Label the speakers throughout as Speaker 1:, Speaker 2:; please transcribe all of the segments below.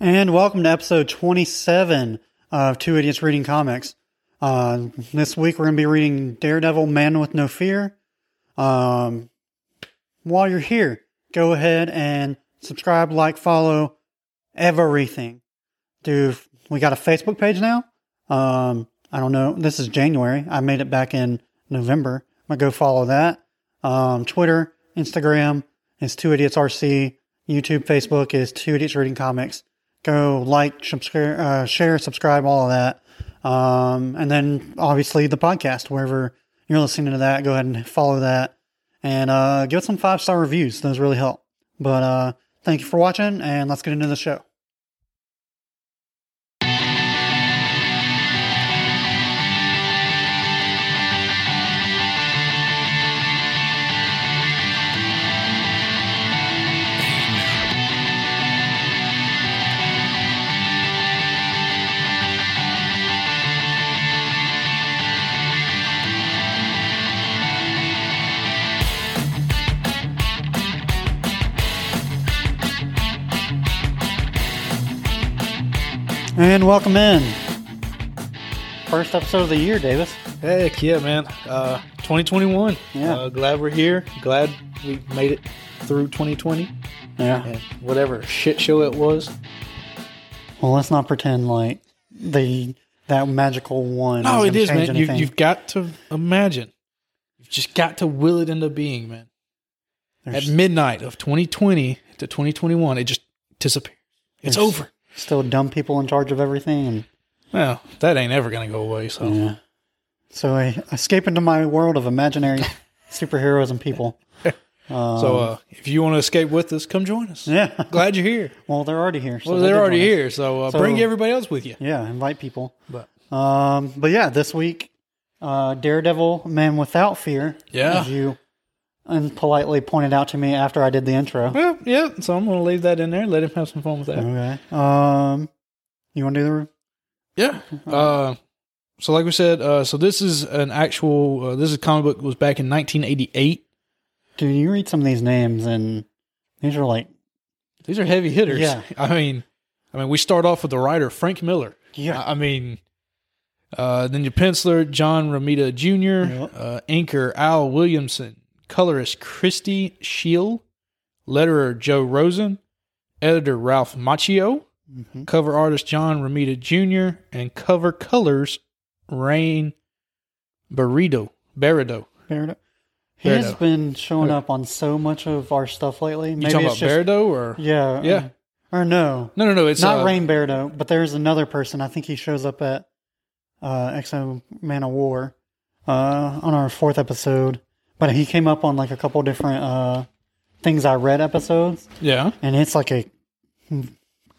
Speaker 1: And welcome to episode 27 of Two Idiots Reading Comics. Uh, this week we're going to be reading Daredevil Man with No Fear. Um, while you're here, go ahead and subscribe, like, follow everything. Do we got a Facebook page now? Um, I don't know. This is January. I made it back in November. I'm going to go follow that. Um, Twitter, Instagram is Two Idiots RC. YouTube, Facebook is Two Idiots Reading Comics go like, subscri- uh, share, subscribe, all of that. Um, and then obviously the podcast, wherever you're listening to that, go ahead and follow that and uh, give it some five star reviews. Those really help. But uh, thank you for watching, and let's get into the show. And welcome in. First episode of the year, Davis.
Speaker 2: Heck yeah, man. Uh, 2021.
Speaker 1: Yeah.
Speaker 2: Uh, glad we're here. Glad we made it through 2020
Speaker 1: Yeah.
Speaker 2: and whatever shit show it was.
Speaker 1: Well, let's not pretend like the that magical one.
Speaker 2: No, Oh, it
Speaker 1: gonna
Speaker 2: is,
Speaker 1: change
Speaker 2: man. You,
Speaker 1: anything.
Speaker 2: you've got to imagine. You've just got to will it into being, man.
Speaker 1: There's
Speaker 2: At midnight of 2020 to 2021, it just disappears. It's
Speaker 1: There's-
Speaker 2: over.
Speaker 1: still dumb people in charge of everything. And,
Speaker 2: Well, that ain't ever going to go away. So,
Speaker 1: Yeah. So I escape into my world of imaginary superheroes and people.
Speaker 2: so uh, if you want to escape with us, come join us.
Speaker 1: Yeah.
Speaker 2: Glad you're here.
Speaker 1: Well, they're already here. so
Speaker 2: Well,
Speaker 1: they
Speaker 2: they're
Speaker 1: did
Speaker 2: already
Speaker 1: want us.
Speaker 2: here, so, uh, bring
Speaker 1: So-
Speaker 2: everybody else with you.
Speaker 1: Yeah, invite people.
Speaker 2: But
Speaker 1: Um, but yeah, this week, uh, Daredevil Man Without Fear.
Speaker 2: Yeah.
Speaker 1: As you unpolitely pointed out to me after I did the intro.
Speaker 2: Well, yeah. So I'm going to leave that in there. Let him have some fun with that.
Speaker 1: Okay. Um, you want to do the.
Speaker 2: Yeah. Uh, so like we said, uh, so this is an actual. Uh, this is comic book was back in 1988.
Speaker 1: Dude, you read some of these names, and these are like.
Speaker 2: These are heavy hitters.
Speaker 1: Yeah.
Speaker 2: I mean, I mean, we start off with the writer Frank Miller.
Speaker 1: Yeah.
Speaker 2: I I mean, uh, then your penciler John Romita Jr.,
Speaker 1: Yep.
Speaker 2: uh, inker Al Williamson, colorist Christy Scheel, letterer Joe Rosen, editor Ralph Macchio,
Speaker 1: Mhm.
Speaker 2: cover artist John Romita Jr., and cover colors Rain Burrito. Barredo.
Speaker 1: Daredevil. He
Speaker 2: Daredevil.
Speaker 1: has been showing up on so much of our stuff lately.
Speaker 2: You
Speaker 1: Maybe
Speaker 2: talking
Speaker 1: it's
Speaker 2: about
Speaker 1: just
Speaker 2: Barredo or
Speaker 1: Yeah.
Speaker 2: Yeah.
Speaker 1: uh, Or no.
Speaker 2: no? No, no, it's
Speaker 1: not
Speaker 2: uh,
Speaker 1: Rain Bardo, but there's another person. I think he shows up at uh, Exo Man of War uh, on our fourth episode. But he came up on like a couple different uh, things I read episodes,
Speaker 2: Yeah,
Speaker 1: and it's like a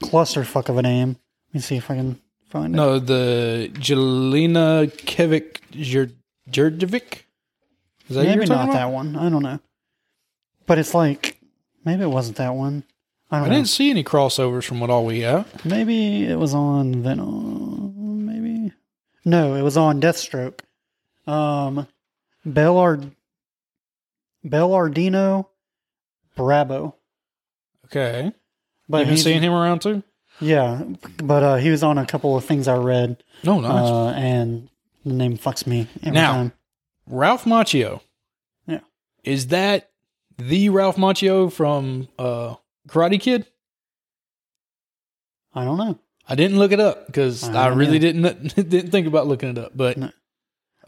Speaker 1: clusterfuck of a name. Let me see if I can find it.
Speaker 2: no, the Jelena Kevik Jer- Jerdovic. Is that who
Speaker 1: Maybe
Speaker 2: you're talking
Speaker 1: not
Speaker 2: about?
Speaker 1: that one. I don't know. But it's like maybe it wasn't that one. I
Speaker 2: I
Speaker 1: don't know.
Speaker 2: didn't see any crossovers from what all we have.
Speaker 1: Maybe it was on Venom. Maybe no, it was on Deathstroke. Um, Bellard, Bellardino, Brabo.
Speaker 2: Okay,
Speaker 1: But
Speaker 2: you been
Speaker 1: he's-
Speaker 2: seeing him around too?
Speaker 1: Yeah, but uh, he was on a couple of things I read,
Speaker 2: No, nice.
Speaker 1: uh, and the name fucks me every
Speaker 2: Oh, Now.
Speaker 1: time.
Speaker 2: Ralph Macchio.
Speaker 1: Yeah.
Speaker 2: is that the Ralph Macchio from uh, Karate Kid?
Speaker 1: I don't know.
Speaker 2: I didn't look it up because
Speaker 1: I
Speaker 2: I,
Speaker 1: don't
Speaker 2: really didn't didn't think about looking it up. But
Speaker 1: No.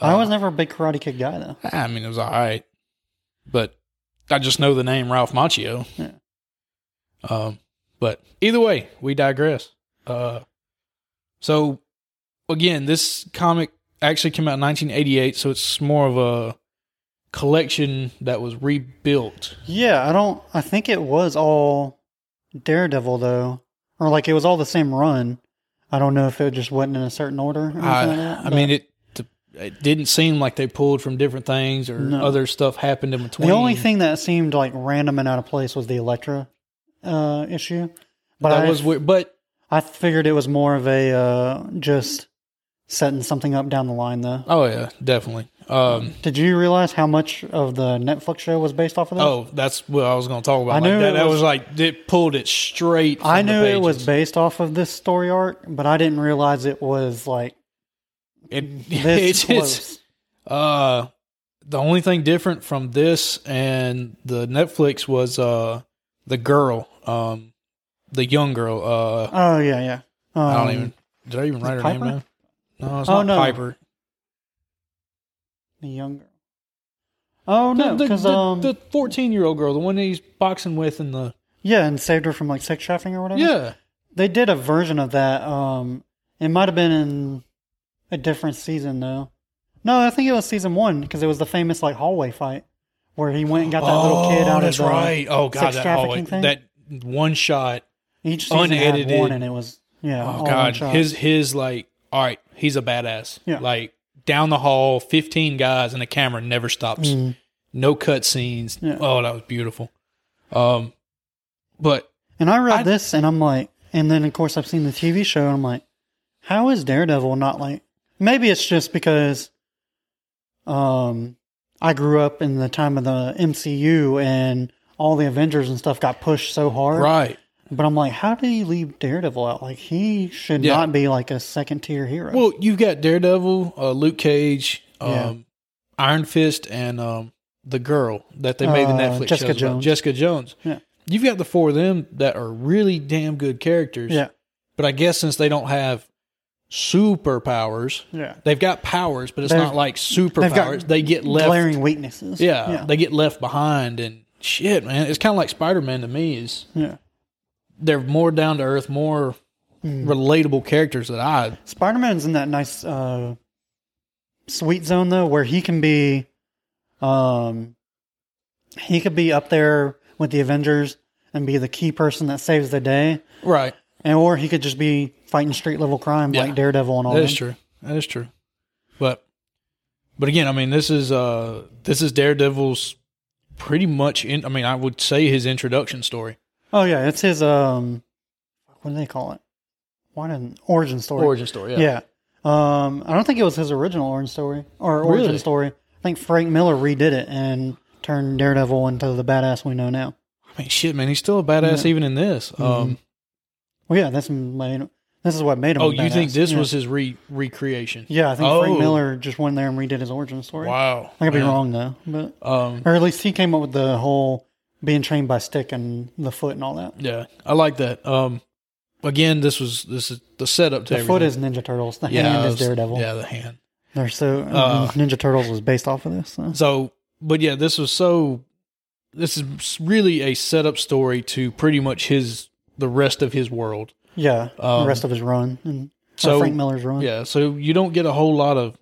Speaker 1: I
Speaker 2: uh,
Speaker 1: was never a big Karate Kid guy though.
Speaker 2: I mean, it was all right, but I just know the name Ralph Macchio.
Speaker 1: Yeah.
Speaker 2: Um, but either way, we digress. Uh, so again, this comic actually came out in 1988, so it's more of a collection that was rebuilt.
Speaker 1: Yeah, I don't. I think it was all Daredevil though, or like it was all the same run. I don't know if it just wasn't in a certain order. Or anything
Speaker 2: I,
Speaker 1: like that,
Speaker 2: I
Speaker 1: but-
Speaker 2: mean, it it didn't seem like they pulled from different things or
Speaker 1: No.
Speaker 2: other stuff happened in between.
Speaker 1: The only thing that seemed like random and out of place was the Electra uh, issue, but
Speaker 2: that
Speaker 1: I,
Speaker 2: was weird, but
Speaker 1: I figured it was more of a uh, just setting something up down the line though.
Speaker 2: Oh yeah, definitely. Um,
Speaker 1: Did you realize how much of the Netflix show was based off of that?
Speaker 2: oh, that's what I was going to talk about.
Speaker 1: I
Speaker 2: like,
Speaker 1: knew
Speaker 2: that,
Speaker 1: it
Speaker 2: that
Speaker 1: was-
Speaker 2: was like it pulled it straight. From
Speaker 1: I
Speaker 2: the
Speaker 1: knew it was
Speaker 2: pages.
Speaker 1: based off of this story arc, but I didn't realize it was like
Speaker 2: It-
Speaker 1: this
Speaker 2: it's, it's-
Speaker 1: close.
Speaker 2: Uh, the only thing different from this and the Netflix was uh the girl, um, the young girl. Uh,
Speaker 1: Oh yeah, yeah. Um,
Speaker 2: I don't even. Did I even write her
Speaker 1: it
Speaker 2: name down?
Speaker 1: Piper?
Speaker 2: No, it's
Speaker 1: Oh,
Speaker 2: not
Speaker 1: no.
Speaker 2: Piper.
Speaker 1: The young girl. Oh no,
Speaker 2: the, the,
Speaker 1: because um,
Speaker 2: the fourteen-year-old girl, the one that he's boxing with, in the
Speaker 1: yeah, and saved her from like sex trafficking or whatever.
Speaker 2: yeah,
Speaker 1: they did a version of that. Um, it might have been in a different season though. No, I think it was season one because it was the famous like hallway fight where he went and got that little kid out
Speaker 2: that's
Speaker 1: of the
Speaker 2: right. Oh god,
Speaker 1: sex
Speaker 2: that hallway,
Speaker 1: trafficking thing.
Speaker 2: that one shot.
Speaker 1: each season
Speaker 2: unedited-
Speaker 1: had one, and it was yeah. all
Speaker 2: Oh
Speaker 1: one
Speaker 2: god,
Speaker 1: shot.
Speaker 2: his his like, all right, he's a badass.
Speaker 1: Yeah.
Speaker 2: Like down the hall, fifteen guys, and the camera never stops.
Speaker 1: Mm.
Speaker 2: No cut scenes.
Speaker 1: Yeah.
Speaker 2: Oh, that was beautiful. Um, but
Speaker 1: And I read
Speaker 2: I-
Speaker 1: this, and I'm like, and then of course I've seen the TV show, and I'm like, how is Daredevil not like? Maybe it's just because, um, I grew up in the time of the MCU and all the Avengers and stuff got pushed so hard.
Speaker 2: right.
Speaker 1: But I'm like, how did he leave Daredevil out? Like he should
Speaker 2: Yeah.
Speaker 1: not be like a second tier hero.
Speaker 2: Well, you've got Daredevil, uh, Luke Cage, um,
Speaker 1: Yeah.
Speaker 2: Iron Fist, and um, the girl that they made the
Speaker 1: Uh,
Speaker 2: Netflix
Speaker 1: Jessica
Speaker 2: shows about,
Speaker 1: Jones.
Speaker 2: Jessica Jones.
Speaker 1: Yeah.
Speaker 2: You've got the four of them that are really damn good characters.
Speaker 1: yeah,
Speaker 2: But I guess since they don't have superpowers,
Speaker 1: yeah.
Speaker 2: they've got powers, but it's
Speaker 1: They've-
Speaker 2: not like
Speaker 1: got
Speaker 2: superpowers. They get left.
Speaker 1: Glaring weaknesses.
Speaker 2: Yeah,
Speaker 1: yeah,
Speaker 2: They get left behind and shit, man. It's kind of like Spider Man to me. Is
Speaker 1: yeah.
Speaker 2: they're more down to earth, more
Speaker 1: Hmm.
Speaker 2: relatable characters that I.
Speaker 1: Spider Man's in that nice uh, sweet zone though, where he can be, um, he could be up there with the Avengers and be the key person that saves the day,
Speaker 2: Right.
Speaker 1: and or he could just be fighting street level crime
Speaker 2: Yeah.
Speaker 1: like Daredevil and all
Speaker 2: That is
Speaker 1: them.
Speaker 2: true. That is true. But but again, I mean, this is uh this is Daredevil's pretty much. In, I mean, I would say his introduction story,
Speaker 1: Oh yeah, it's his um, what do they call it? What an origin story.
Speaker 2: origin story. Yeah.
Speaker 1: Yeah. Um, I don't think it was his original origin story or origin
Speaker 2: Really?
Speaker 1: story. I think Frank Miller redid it and turned Daredevil into the badass we know now.
Speaker 2: I mean, shit, man, he's still a badass even in this.
Speaker 1: Mm-hmm.
Speaker 2: Um.
Speaker 1: Well, yeah, that's made, this is what made him.
Speaker 2: Oh,
Speaker 1: a
Speaker 2: you think
Speaker 1: badass.
Speaker 2: this
Speaker 1: yeah.
Speaker 2: was his re recreation?
Speaker 1: Yeah, I think
Speaker 2: Oh.
Speaker 1: Frank Miller just went there and redid his origin story.
Speaker 2: Wow.
Speaker 1: I could be
Speaker 2: man.
Speaker 1: wrong though, but
Speaker 2: Um.
Speaker 1: or at least he came up with the whole being trained by stick and the foot and all that.
Speaker 2: Yeah, I like that. Um. Again, this was this is the setup to
Speaker 1: The
Speaker 2: everything.
Speaker 1: foot is Ninja Turtles. The
Speaker 2: yeah,
Speaker 1: hand
Speaker 2: I
Speaker 1: is
Speaker 2: was-
Speaker 1: Daredevil.
Speaker 2: Yeah, the hand.
Speaker 1: They're so um,
Speaker 2: Uh.
Speaker 1: Ninja Turtles was based off of this. So.
Speaker 2: So, but yeah, this was so. This is really a setup story to pretty much his the rest of his world.
Speaker 1: Yeah,
Speaker 2: Um,
Speaker 1: the rest of his run and or
Speaker 2: so-
Speaker 1: Frank Miller's run.
Speaker 2: Yeah, so you don't get a whole lot of.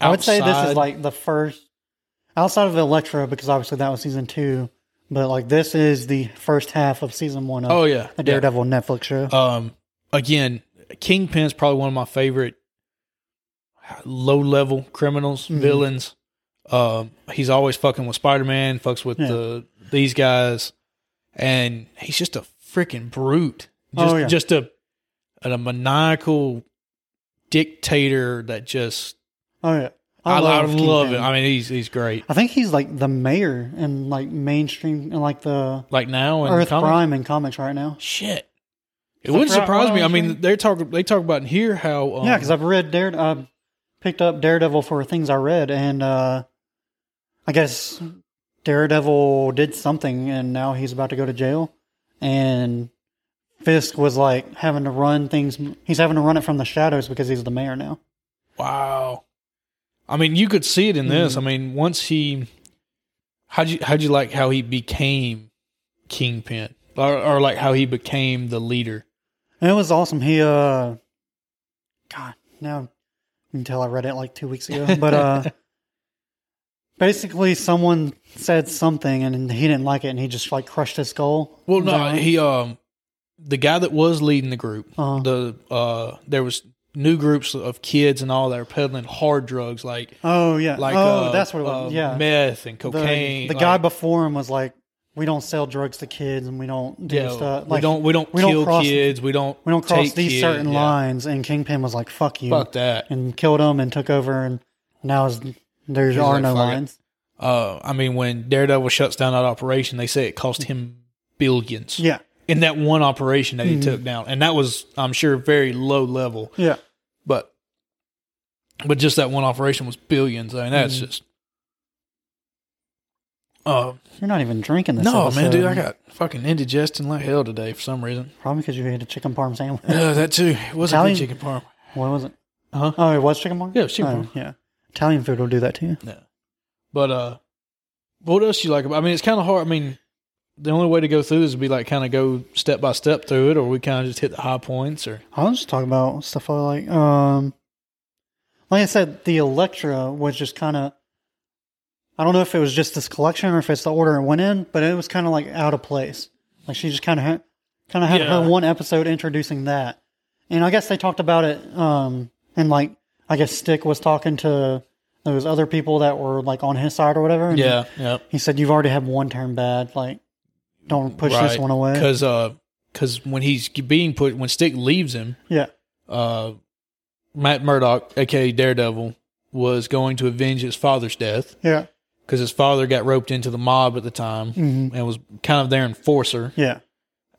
Speaker 1: I would say this
Speaker 2: outside-
Speaker 1: is like the first outside of Electra because obviously that was season two, but like this is the first half of season one of
Speaker 2: Oh yeah,
Speaker 1: the Daredevil Netflix show.
Speaker 2: Yeah. Um, again, Kingpin's probably one of my favorite low level criminals
Speaker 1: Mhm.
Speaker 2: villains. Um, he's always fucking with Spider Man, fucks with
Speaker 1: Yeah.
Speaker 2: the these guys, and he's just a freaking brute. Just,
Speaker 1: Oh, yeah.
Speaker 2: just a a maniacal dictator that just
Speaker 1: oh yeah,
Speaker 2: I, I love,
Speaker 1: Kingpin.
Speaker 2: it. I mean, he's he's great.
Speaker 1: I think he's like the mayor and like mainstream and like the
Speaker 2: Like now and
Speaker 1: Earth
Speaker 2: comics.
Speaker 1: Prime in comics right now.
Speaker 2: Shit. It
Speaker 1: So
Speaker 2: wouldn't
Speaker 1: for-
Speaker 2: surprise
Speaker 1: what
Speaker 2: me. I
Speaker 1: was
Speaker 2: mean,
Speaker 1: it?
Speaker 2: they talk they talk about in here how um,
Speaker 1: Yeah, yeah, because I've read Dare. I picked up Daredevil for things I read, and uh, I guess Daredevil did something, and now he's about to go to jail. And Fisk was like having to run things. He's having to run it from the shadows because he's the mayor now.
Speaker 2: wow. I mean, you could see it in this. I
Speaker 1: Mm-hmm.
Speaker 2: mean, once he how'd you how'd you like how he became kingpin or, or like how he became the leader?
Speaker 1: And it was awesome. He, uh, God, now until I read it like two weeks ago, but uh, basically someone said something and he didn't like it, and he just like crushed his skull.
Speaker 2: Well,
Speaker 1: Is that
Speaker 2: no,
Speaker 1: right?
Speaker 2: he um the guy that was leading the group.
Speaker 1: Uh-huh.
Speaker 2: The uh there was new groups of kids and all that were peddling hard drugs like
Speaker 1: Oh yeah.
Speaker 2: like
Speaker 1: oh,
Speaker 2: uh,
Speaker 1: that's what it
Speaker 2: uh,
Speaker 1: was. yeah.
Speaker 2: meth and
Speaker 1: the,
Speaker 2: cocaine.
Speaker 1: the
Speaker 2: like-
Speaker 1: guy before him was like, "We don't sell drugs to kids, and we don't do stuff.
Speaker 2: we
Speaker 1: Like,
Speaker 2: don't we don't
Speaker 1: we don't
Speaker 2: kill
Speaker 1: cross-
Speaker 2: kids. We don't
Speaker 1: we don't cross
Speaker 2: take
Speaker 1: these
Speaker 2: kids,
Speaker 1: certain
Speaker 2: yeah.
Speaker 1: lines." And Kingpin was like, "Fuck you,"
Speaker 2: Fuck that.
Speaker 1: and killed him and took over, and now is There
Speaker 2: He's
Speaker 1: are
Speaker 2: like,
Speaker 1: no
Speaker 2: "Fuck it."
Speaker 1: lines.
Speaker 2: Uh, I mean, when Daredevil shuts down that operation, they say it cost him billions
Speaker 1: Yeah.
Speaker 2: in that one operation that he
Speaker 1: Mhm.
Speaker 2: took down, and that was, I'm sure, very low level,
Speaker 1: Yeah.
Speaker 2: but but just that one operation was billions. I mean, that's
Speaker 1: Mhm.
Speaker 2: just. Uh,
Speaker 1: You're not even drinking this.
Speaker 2: no, man, dude,
Speaker 1: episode.
Speaker 2: I got fucking indigestion like hell today for some reason.
Speaker 1: Probably because you ate a chicken parm sandwich.
Speaker 2: Uh, that too. It was a
Speaker 1: Italian-
Speaker 2: good chicken parm.
Speaker 1: What was it?
Speaker 2: Huh?
Speaker 1: Oh, it was chicken parm?
Speaker 2: Yeah, it was chicken
Speaker 1: Oh, yeah. Italian food will do that to you.
Speaker 2: No. But uh what else you like about I mean it's kinda hard I mean the only way to go through this would be like kinda go step by step through it or we kinda just hit the high points or
Speaker 1: I was just talking about stuff I like. Um, like I said, the Electra was just kind of. I don't know if it was just this collection or if it's the order it went in, but it was kind of like out of place. Like she just kind of had, kind of had
Speaker 2: Yeah.
Speaker 1: her one episode introducing that, and I guess they talked about it. Um, and like I guess Stick was talking to those other people that were like on his side or whatever. And
Speaker 2: Yeah, yeah.
Speaker 1: he said you've already had one turn bad. Like, don't push this
Speaker 2: Right.
Speaker 1: one away.
Speaker 2: Cause uh 'cause when he's being put when Stick leaves him,
Speaker 1: Yeah,
Speaker 2: uh Matt Murdock, aka Daredevil, was going to avenge his father's death
Speaker 1: yeah,
Speaker 2: because his father got roped into the mob at the time
Speaker 1: hmm
Speaker 2: and was kind of their enforcer
Speaker 1: yeah,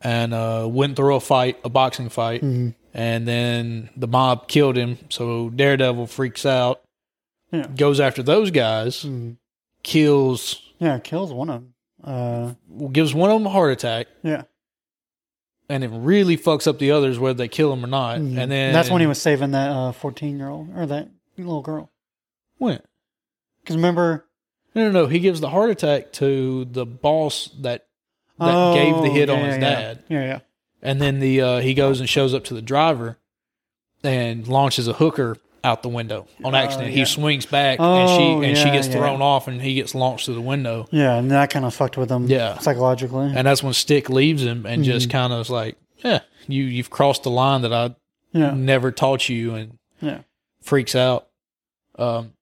Speaker 2: and uh, went through a fight, a boxing fight,
Speaker 1: hmm
Speaker 2: and then the mob killed him. So Daredevil freaks out,
Speaker 1: Yeah.
Speaker 2: goes after those guys,
Speaker 1: hmm
Speaker 2: kills,
Speaker 1: Yeah, it kills one of them. Uh,
Speaker 2: gives one of them a heart attack,
Speaker 1: yeah,
Speaker 2: and it really fucks up the others whether they kill him or not.
Speaker 1: Mhm.
Speaker 2: And then
Speaker 1: that's when he was saving that uh, fourteen-year-old or that little girl.
Speaker 2: went.
Speaker 1: Because remember,
Speaker 2: No, no, no. He gives the heart attack to the boss that that
Speaker 1: oh,
Speaker 2: gave the hit on
Speaker 1: yeah,
Speaker 2: his
Speaker 1: yeah,
Speaker 2: dad,
Speaker 1: Yeah, yeah,
Speaker 2: and then the uh, he goes and shows up to the driver and launches a hooker out the window on
Speaker 1: Oh,
Speaker 2: accident.
Speaker 1: yeah.
Speaker 2: He swings back
Speaker 1: Oh,
Speaker 2: and she and she
Speaker 1: yeah,
Speaker 2: gets
Speaker 1: yeah.
Speaker 2: thrown off, and he gets launched through the window.
Speaker 1: yeah, and that kind of fucked with him.
Speaker 2: Yeah.
Speaker 1: psychologically.
Speaker 2: and that's when Stick leaves him and just
Speaker 1: Mm-hmm.
Speaker 2: kind of is like, yeah, you you've crossed the line that I
Speaker 1: yeah,
Speaker 2: never taught you, and
Speaker 1: yeah,
Speaker 2: freaks out. Um,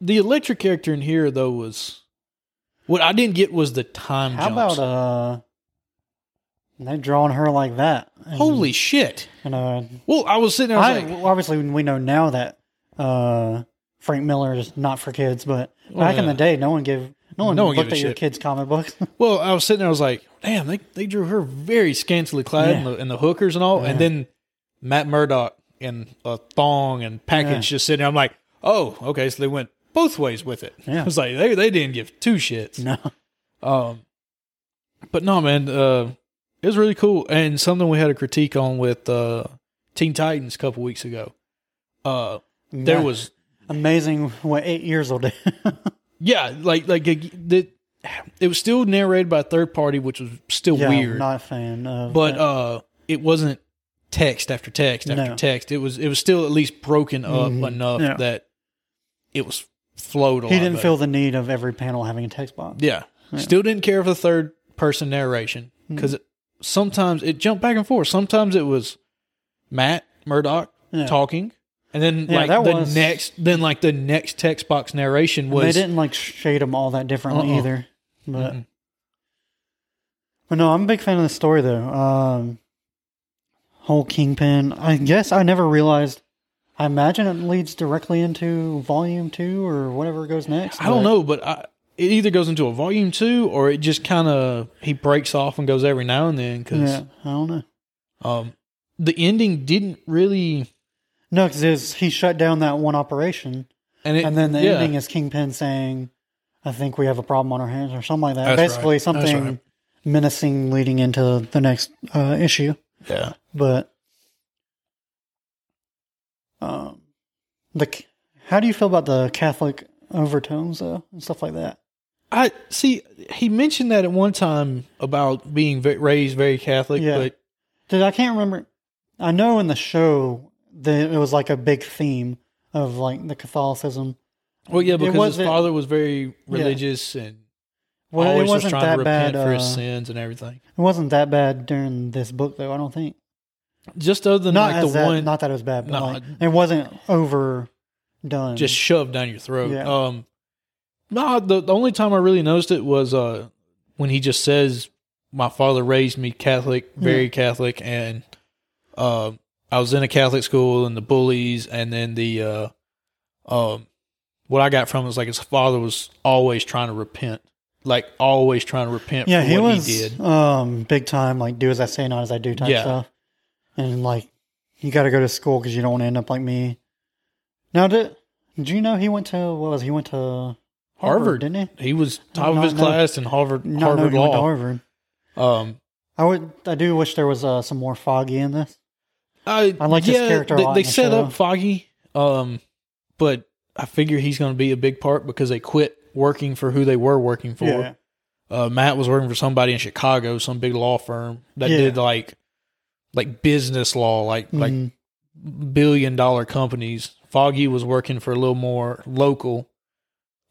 Speaker 2: the electric character in here though was what I didn't get was the time.
Speaker 1: How
Speaker 2: jumps.
Speaker 1: about uh, they drawing her like that? And,
Speaker 2: holy shit?
Speaker 1: And, uh,
Speaker 2: Well, I was sitting there.
Speaker 1: um,
Speaker 2: I
Speaker 1: I,
Speaker 2: was like,
Speaker 1: obviously we know now that uh, Frank Miller is not for kids, but back in
Speaker 2: yeah.
Speaker 1: the day, no one gave no one,
Speaker 2: No one
Speaker 1: looked
Speaker 2: gave
Speaker 1: at
Speaker 2: a
Speaker 1: your
Speaker 2: shit.
Speaker 1: kids' comic books.
Speaker 2: well, I was sitting there. I was like, damn, they they drew her very scantily clad
Speaker 1: Yeah.
Speaker 2: and, the, and the hookers and all,
Speaker 1: Yeah.
Speaker 2: and then Matt Murdock in a thong and package
Speaker 1: Yeah.
Speaker 2: just sitting. there. I'm like, oh, okay, so they went both ways with it.
Speaker 1: Yeah.
Speaker 2: I was like, they they didn't give two shits.
Speaker 1: no,
Speaker 2: Um, but no, man, uh, it was really cool and something we had a critique on with uh, Teen Titans a couple weeks ago. Uh, there
Speaker 1: Yeah.
Speaker 2: was
Speaker 1: amazing what eight years will do.
Speaker 2: yeah, like like a, the, it was still narrated by a third party, which was still
Speaker 1: yeah,
Speaker 2: weird,
Speaker 1: Not a fan of.
Speaker 2: but
Speaker 1: that.
Speaker 2: uh, it wasn't text after text after
Speaker 1: No.
Speaker 2: text. It was it was still at least broken up
Speaker 1: Mhm.
Speaker 2: enough
Speaker 1: Yeah.
Speaker 2: that it was flowed. A
Speaker 1: he
Speaker 2: lot
Speaker 1: didn't
Speaker 2: better.
Speaker 1: feel the need of every panel having a text box.
Speaker 2: Yeah. Still didn't care for the third person narration
Speaker 1: Mm.
Speaker 2: because sometimes it jumped back and forth. Sometimes it was Matt Murdock
Speaker 1: Yeah.
Speaker 2: talking, and then
Speaker 1: Yeah,
Speaker 2: like
Speaker 1: that
Speaker 2: the
Speaker 1: was-
Speaker 2: next, then like the next text box narration
Speaker 1: They
Speaker 2: was
Speaker 1: didn't like shade them all that differently
Speaker 2: Uh-uh.
Speaker 1: either. But
Speaker 2: Mm-mm.
Speaker 1: but no, I'm a big fan of the story though. Um, whole Kingpin. I guess I never realized. I imagine it leads directly into Volume Two or whatever goes next.
Speaker 2: I don't
Speaker 1: but-
Speaker 2: know, but I, it either goes into a volume two or it just kind of he breaks off and goes every now and then because
Speaker 1: Yeah, I don't know.
Speaker 2: um, the ending didn't really
Speaker 1: No, because he shut down that one operation,
Speaker 2: and it,
Speaker 1: and then the
Speaker 2: yeah.
Speaker 1: ending is Kingpin saying, "I think we have a problem on our hands" or something like that.
Speaker 2: That's right.
Speaker 1: Basically,
Speaker 2: That's
Speaker 1: something
Speaker 2: right.
Speaker 1: menacing leading into the next uh, issue.
Speaker 2: yeah
Speaker 1: but um, the c- how do you feel about the Catholic overtones though and stuff like that?
Speaker 2: I see. He mentioned that at one time about being ve- raised very Catholic,
Speaker 1: Yeah.
Speaker 2: but
Speaker 1: Dude, I can't remember. I know in the show that it was like a big theme of like the Catholicism.
Speaker 2: Well, yeah,
Speaker 1: It
Speaker 2: because his
Speaker 1: wasn't-
Speaker 2: father was very religious and
Speaker 1: Well,
Speaker 2: always
Speaker 1: it
Speaker 2: was
Speaker 1: wasn't
Speaker 2: trying
Speaker 1: that
Speaker 2: to
Speaker 1: bad.
Speaker 2: repent for
Speaker 1: uh,
Speaker 2: his sins and everything.
Speaker 1: It wasn't that bad during this book though. I don't think.
Speaker 2: Just other than
Speaker 1: Not
Speaker 2: like
Speaker 1: as
Speaker 2: the
Speaker 1: that,
Speaker 2: one
Speaker 1: Not that it was bad, but
Speaker 2: No,
Speaker 1: like, it wasn't overdone.
Speaker 2: just shoved down your throat.
Speaker 1: Yeah.
Speaker 2: Um, no, the, the only time I really noticed it was uh when he just says, "My father raised me Catholic, very Catholic," and uh, I was in a Catholic school and the bullies, and then the uh, um, what I got from it was like his father was always trying to repent, like always trying to repent
Speaker 1: Yeah,
Speaker 2: for
Speaker 1: he
Speaker 2: what
Speaker 1: was
Speaker 2: he did.
Speaker 1: um big time like do as I say, not as I do type
Speaker 2: Yeah.
Speaker 1: stuff. And like you got to go to school because you don't want to end up like me. Now did did you know he went to what was he went to Harvard,
Speaker 2: Harvard.
Speaker 1: didn't he?
Speaker 2: He was top
Speaker 1: No,
Speaker 2: of his
Speaker 1: no.
Speaker 2: class in Harvard
Speaker 1: No, no,
Speaker 2: Harvard
Speaker 1: he went to
Speaker 2: law.
Speaker 1: Harvard.
Speaker 2: Um,
Speaker 1: I would I do wish there was uh, some more Foggy in this.
Speaker 2: I,
Speaker 1: I like his
Speaker 2: yeah,
Speaker 1: character a
Speaker 2: They,
Speaker 1: lot in
Speaker 2: they
Speaker 1: the
Speaker 2: set
Speaker 1: show.
Speaker 2: up Foggy, um, but I figure he's going to be a big part because they quit working for who they were working for.
Speaker 1: Yeah.
Speaker 2: uh, Matt was working for somebody in Chicago, some big law firm that
Speaker 1: Yeah.
Speaker 2: did like like business law, like like
Speaker 1: Mhm.
Speaker 2: billion dollar companies. Foggy was working for a little more local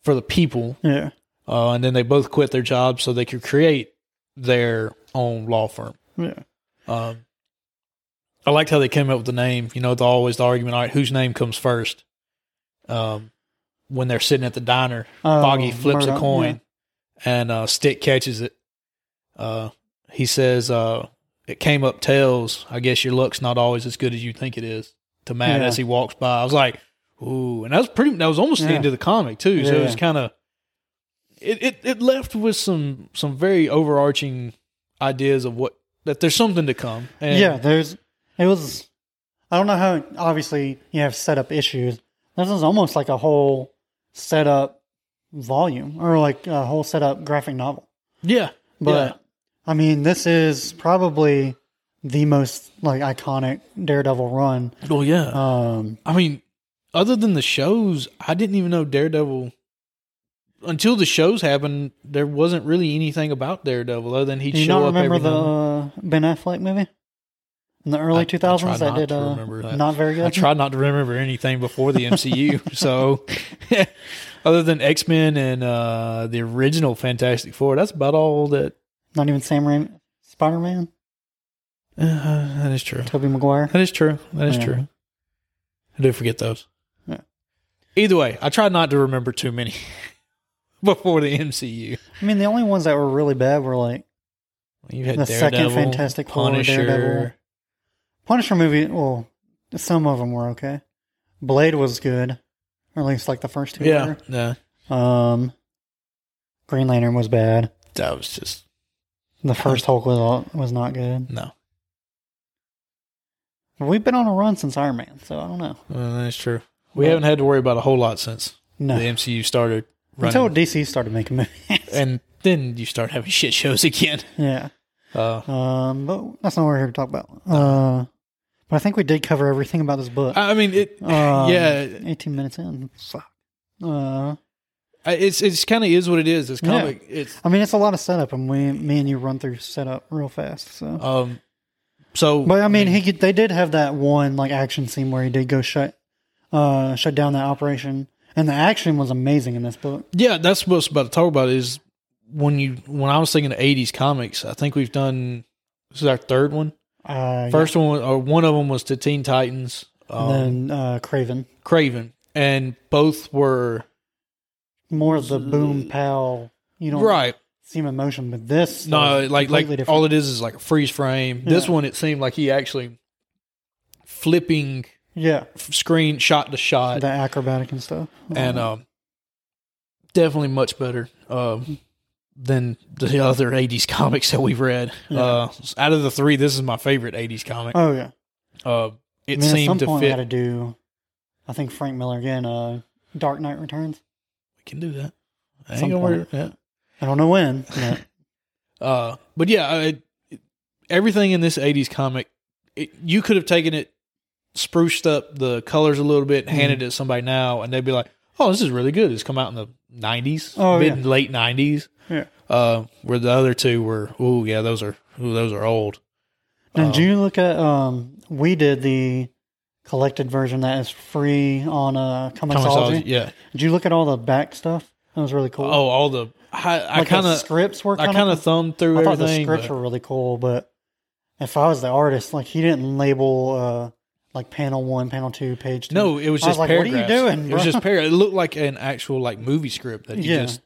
Speaker 2: for the people,
Speaker 1: yeah.
Speaker 2: uh, and then they both quit their jobs so they could create their own law firm.
Speaker 1: Yeah.
Speaker 2: Um, I liked how they came up with the name. You know, the always the argument: all right, whose name comes first? Um, when they're sitting at the diner,
Speaker 1: Oh,
Speaker 2: Foggy flips
Speaker 1: Murdoch,
Speaker 2: a coin, and uh, Stick catches it. Uh, he says, uh, "It came up tails. I guess your luck's not always as good as you think it is." To Matt
Speaker 1: Yeah.
Speaker 2: as he walks by, I was like, "Ooh!" And that was pretty. That was almost the
Speaker 1: Yeah.
Speaker 2: end of the comic too. so it
Speaker 1: Yeah.
Speaker 2: was kind of it, it. It left with some some very overarching ideas of what that there's something to come.
Speaker 1: Yeah.
Speaker 2: And
Speaker 1: yeah, there's it was I don't know how obviously you have setup issues. This is almost like a whole setup volume or like a whole setup graphic novel.
Speaker 2: yeah,
Speaker 1: But I mean, this is probably the most like iconic Daredevil run.
Speaker 2: yeah. well, yeah.
Speaker 1: Um,
Speaker 2: I mean, other than the shows, I didn't even know Daredevil until the shows happened. There wasn't really anything about Daredevil other than he'd
Speaker 1: do you
Speaker 2: show
Speaker 1: not
Speaker 2: up
Speaker 1: remember
Speaker 2: every
Speaker 1: the
Speaker 2: now
Speaker 1: uh, Ben Affleck movie in the
Speaker 2: I- I
Speaker 1: early two thousands
Speaker 2: tried
Speaker 1: that
Speaker 2: not
Speaker 1: did
Speaker 2: to
Speaker 1: uh,
Speaker 2: remember that.
Speaker 1: not very
Speaker 2: and then. I
Speaker 1: good?
Speaker 2: tried not to remember anything before the MCU. so, other than X Men and uh, the original Fantastic Four, that's about all that.
Speaker 1: Not even Sam Raimi, Spider Man,
Speaker 2: Uh, that is true.
Speaker 1: Tobey Maguire.
Speaker 2: That is true. That is
Speaker 1: Yeah.
Speaker 2: true. I do forget those.
Speaker 1: Yeah.
Speaker 2: Either way, I tried not to remember too many before the MCU.
Speaker 1: I mean, the only ones that were really bad were like
Speaker 2: You had
Speaker 1: The second
Speaker 2: Daredevil,
Speaker 1: Fantastic Four,
Speaker 2: Punisher.
Speaker 1: Daredevil. Punisher movie. Well, some of them were okay. Blade was good, or at least like the first two.
Speaker 2: Yeah, no,
Speaker 1: were. Um, Green Lantern was bad.
Speaker 2: that was just
Speaker 1: The first Hulk was all, was not good.
Speaker 2: no.
Speaker 1: We've been on a run since Iron Man, so I don't know.
Speaker 2: Uh, that's true. We
Speaker 1: But-
Speaker 2: haven't had to worry about a whole lot since
Speaker 1: No,
Speaker 2: the MCU started running,
Speaker 1: until DC started making movies.
Speaker 2: and then you start having shit shows again.
Speaker 1: yeah,
Speaker 2: Uh,
Speaker 1: um, but that's not what we're here to talk about. Uh, but I think we did cover everything about this book.
Speaker 2: I I mean, it.
Speaker 1: Um,
Speaker 2: yeah,
Speaker 1: eighteen minutes in. Fuck. Uh,
Speaker 2: I- it's it's kind of is what it is. It's
Speaker 1: Yeah.
Speaker 2: comic. It's
Speaker 1: I mean, it's a lot of setup, and we, me and you run through setup real fast. So,
Speaker 2: um. So,
Speaker 1: but I mean, he could, they did have that one like action scene where he did go shut, uh, shut down that operation, and the action was amazing in this book.
Speaker 2: yeah, that's what I was about to talk about. Is when you when I was thinking of '80s comics, I think we've done this is our third one.
Speaker 1: Uh,
Speaker 2: First one or one of them was to Teen Titans. Um,
Speaker 1: yeah. and then uh, Craven,
Speaker 2: Craven, and both were
Speaker 1: more of the boom pow. You don't
Speaker 2: right.
Speaker 1: see him in motion, but this
Speaker 2: No,
Speaker 1: is
Speaker 2: like like
Speaker 1: completely different.
Speaker 2: all it is is like a freeze frame. This
Speaker 1: Yeah.
Speaker 2: one, it seemed like he actually flipping
Speaker 1: yeah,
Speaker 2: f- screen shot to shot,
Speaker 1: the acrobatic and stuff,
Speaker 2: and
Speaker 1: Uh-huh.
Speaker 2: um, definitely much better um than the other '80s comics that we've read.
Speaker 1: Yeah.
Speaker 2: Uh, out of the three, this is my favorite '80s comic.
Speaker 1: oh yeah,
Speaker 2: Uh, it
Speaker 1: I mean, at some
Speaker 2: seemed to
Speaker 1: point we
Speaker 2: fit.
Speaker 1: had to do. I think Frank Miller again. Uh, Dark Knight Returns.
Speaker 2: we can do that. I
Speaker 1: Some
Speaker 2: ain't gonna worry.
Speaker 1: point.
Speaker 2: Yeah.
Speaker 1: I don't know when. But
Speaker 2: Uh, but yeah, I, it- everything in this '80s comic, it, you could have taken it, spruced up the colors a little bit, handed
Speaker 1: Mm-hmm.
Speaker 2: it to somebody now, and they'd be like, "Oh, this is really good. It's come out in the '90s,
Speaker 1: Oh,
Speaker 2: mid
Speaker 1: yeah.
Speaker 2: and late '90s."
Speaker 1: yeah.
Speaker 2: Uh, where the other two were, oh yeah, those are, ooh, those are old.
Speaker 1: Now, did you look at? Um, we did the collected version that is free on uh, Comixology.
Speaker 2: Comicsology, yeah.
Speaker 1: Did you look at all the back stuff? That was really cool.
Speaker 2: Oh, all the, I, I
Speaker 1: like
Speaker 2: kind
Speaker 1: the
Speaker 2: of,
Speaker 1: scripts were.
Speaker 2: I
Speaker 1: kinda-
Speaker 2: kind of thumbed through
Speaker 1: I thought the
Speaker 2: everything.
Speaker 1: scripts
Speaker 2: but-
Speaker 1: were really cool, but if I was the artist, like he didn't label uh, like panel one, panel two, page two.
Speaker 2: no, it was
Speaker 1: I was
Speaker 2: just
Speaker 1: like, what are you
Speaker 2: paragraphs.
Speaker 1: doing,
Speaker 2: It was
Speaker 1: bro?
Speaker 2: just paragraphs. It looked like an actual like movie script that he
Speaker 1: Yeah.
Speaker 2: just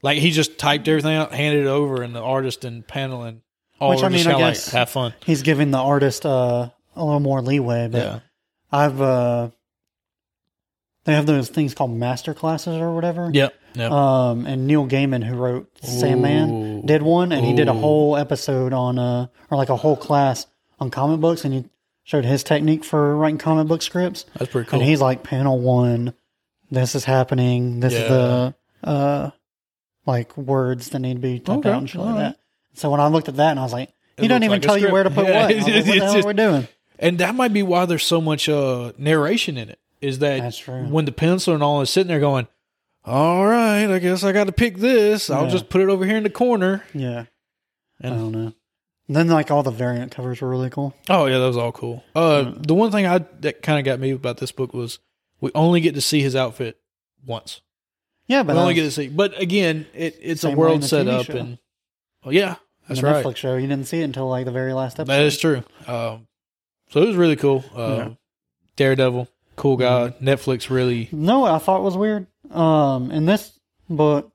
Speaker 2: Like he just typed everything out, handed it over, and the artist and panel and all
Speaker 1: Which,
Speaker 2: were
Speaker 1: I mean,
Speaker 2: just
Speaker 1: I
Speaker 2: kinda
Speaker 1: guess-
Speaker 2: like have fun.
Speaker 1: he's giving the artist uh, a little more leeway. But
Speaker 2: Yeah.
Speaker 1: I've uh, They have those things called master classes or whatever.
Speaker 2: Yep. Yep.
Speaker 1: Um, and Neil Gaiman, who wrote Sandman,
Speaker 2: Ooh.
Speaker 1: did one, and he did a
Speaker 2: Ooh.
Speaker 1: whole episode on, uh, or like a whole class on comic books, and he showed his technique for writing comic book scripts.
Speaker 2: That's pretty cool.
Speaker 1: And he's like, panel one, this is happening. This is the uh, like words that need to be typed
Speaker 2: Okay,
Speaker 1: out and shit like
Speaker 2: alright.
Speaker 1: that. So when I looked at that, and I was like, he
Speaker 2: It
Speaker 1: doesn't
Speaker 2: looks
Speaker 1: even
Speaker 2: like a
Speaker 1: tell you
Speaker 2: script.
Speaker 1: where to put
Speaker 2: Yeah,
Speaker 1: what. I was
Speaker 2: it's-
Speaker 1: like, what the
Speaker 2: it's
Speaker 1: hell are
Speaker 2: just-
Speaker 1: we doing?
Speaker 2: and that might be why there's so much uh, narration in it. Is that
Speaker 1: That's true.
Speaker 2: when the pencil and all is sitting there going, "All right, I guess I got to pick this. I'll
Speaker 1: Yeah. Uh-huh.
Speaker 2: just put it over here in the corner."
Speaker 1: Yeah, I
Speaker 2: And
Speaker 1: don't know. And then like all the variant covers were really cool.
Speaker 2: Oh yeah, that was all cool. Uh, The one thing I that kind of got me about this book was we only get to see his outfit once.
Speaker 1: Yeah, but um,
Speaker 2: we only
Speaker 1: that
Speaker 2: get to see, but again, it, it's a
Speaker 1: Same way in
Speaker 2: world
Speaker 1: the
Speaker 2: set
Speaker 1: TV
Speaker 2: up,
Speaker 1: show.
Speaker 2: and well, yeah,
Speaker 1: was
Speaker 2: that's
Speaker 1: in the
Speaker 2: right.
Speaker 1: Netflix show, you didn't see it until like the very last episode.
Speaker 2: That is true. Um, so it was really cool. Uh,
Speaker 1: Yeah. Mm-hmm.
Speaker 2: Daredevil, cool guy. Netflix really.
Speaker 1: No, I thought was weird. Um, in this book,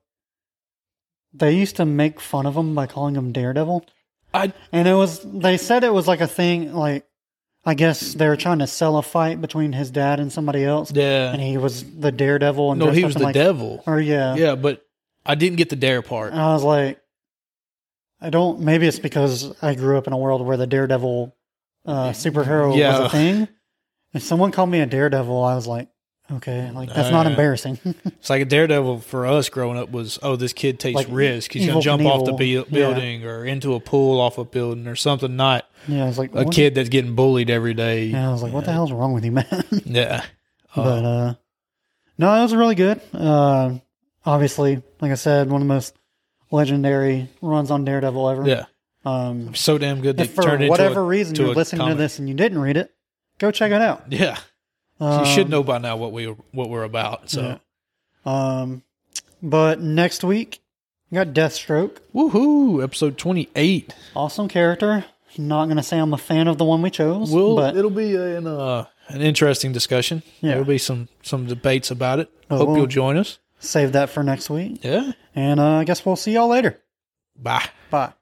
Speaker 1: they used to make fun of him by calling him Daredevil,
Speaker 2: I
Speaker 1: and it was they said it was like a thing. Like, I guess they were trying to sell a fight between his dad and somebody else, and
Speaker 2: yeah.
Speaker 1: he was the Daredevil. And
Speaker 2: No,
Speaker 1: dressed
Speaker 2: he
Speaker 1: up
Speaker 2: was
Speaker 1: in,
Speaker 2: the
Speaker 1: like,
Speaker 2: devil.
Speaker 1: Or uh, yeah,
Speaker 2: Yeah, but I didn't get the dare part.
Speaker 1: And I was like, I don't. Maybe it's because I grew up in a world where the Daredevil uh, superhero was
Speaker 2: Yeah.
Speaker 1: a thing. If someone called me a Daredevil, I was like, okay, like that's not
Speaker 2: Uh,
Speaker 1: embarrassing.
Speaker 2: It's like a daredevil for us growing up was, oh, this kid takes
Speaker 1: Like,
Speaker 2: risk. He's gonna
Speaker 1: Evil
Speaker 2: jump off the
Speaker 1: Knievel.
Speaker 2: bu-
Speaker 1: Yeah.
Speaker 2: building or into a pool off a building or something. Not
Speaker 1: yeah, I was like
Speaker 2: a
Speaker 1: what?
Speaker 2: kid that's getting bullied every day.
Speaker 1: Yeah, I was like, what the hell's wrong with you, man?
Speaker 2: Yeah.
Speaker 1: but uh, no, it was really good. Uh, obviously, like I said, one of the most legendary runs on Daredevil ever.
Speaker 2: Yeah.
Speaker 1: Um,
Speaker 2: So damn good. They
Speaker 1: if for
Speaker 2: turned it into
Speaker 1: whatever
Speaker 2: a-
Speaker 1: reason
Speaker 2: to
Speaker 1: you're
Speaker 2: a
Speaker 1: listening
Speaker 2: comic.
Speaker 1: to this and you didn't read it, go check it out.
Speaker 2: Yeah.
Speaker 1: Um,
Speaker 2: you should know by now what we what we're about. So
Speaker 1: Yeah. Um, but next week, we got Deathstroke.
Speaker 2: woohoo! Episode twenty eight.
Speaker 1: Awesome character. Not going to say I'm a fan of the one we chose,
Speaker 2: We'll
Speaker 1: but
Speaker 2: it'll be an uh, an interesting discussion.
Speaker 1: Yeah.
Speaker 2: There'll be some some debates about it.
Speaker 1: Oh,
Speaker 2: Hope
Speaker 1: well.
Speaker 2: you'll join us.
Speaker 1: save that for next week.
Speaker 2: Yeah.
Speaker 1: And uh, I guess we'll see y'all later.
Speaker 2: Bye.
Speaker 1: Bye.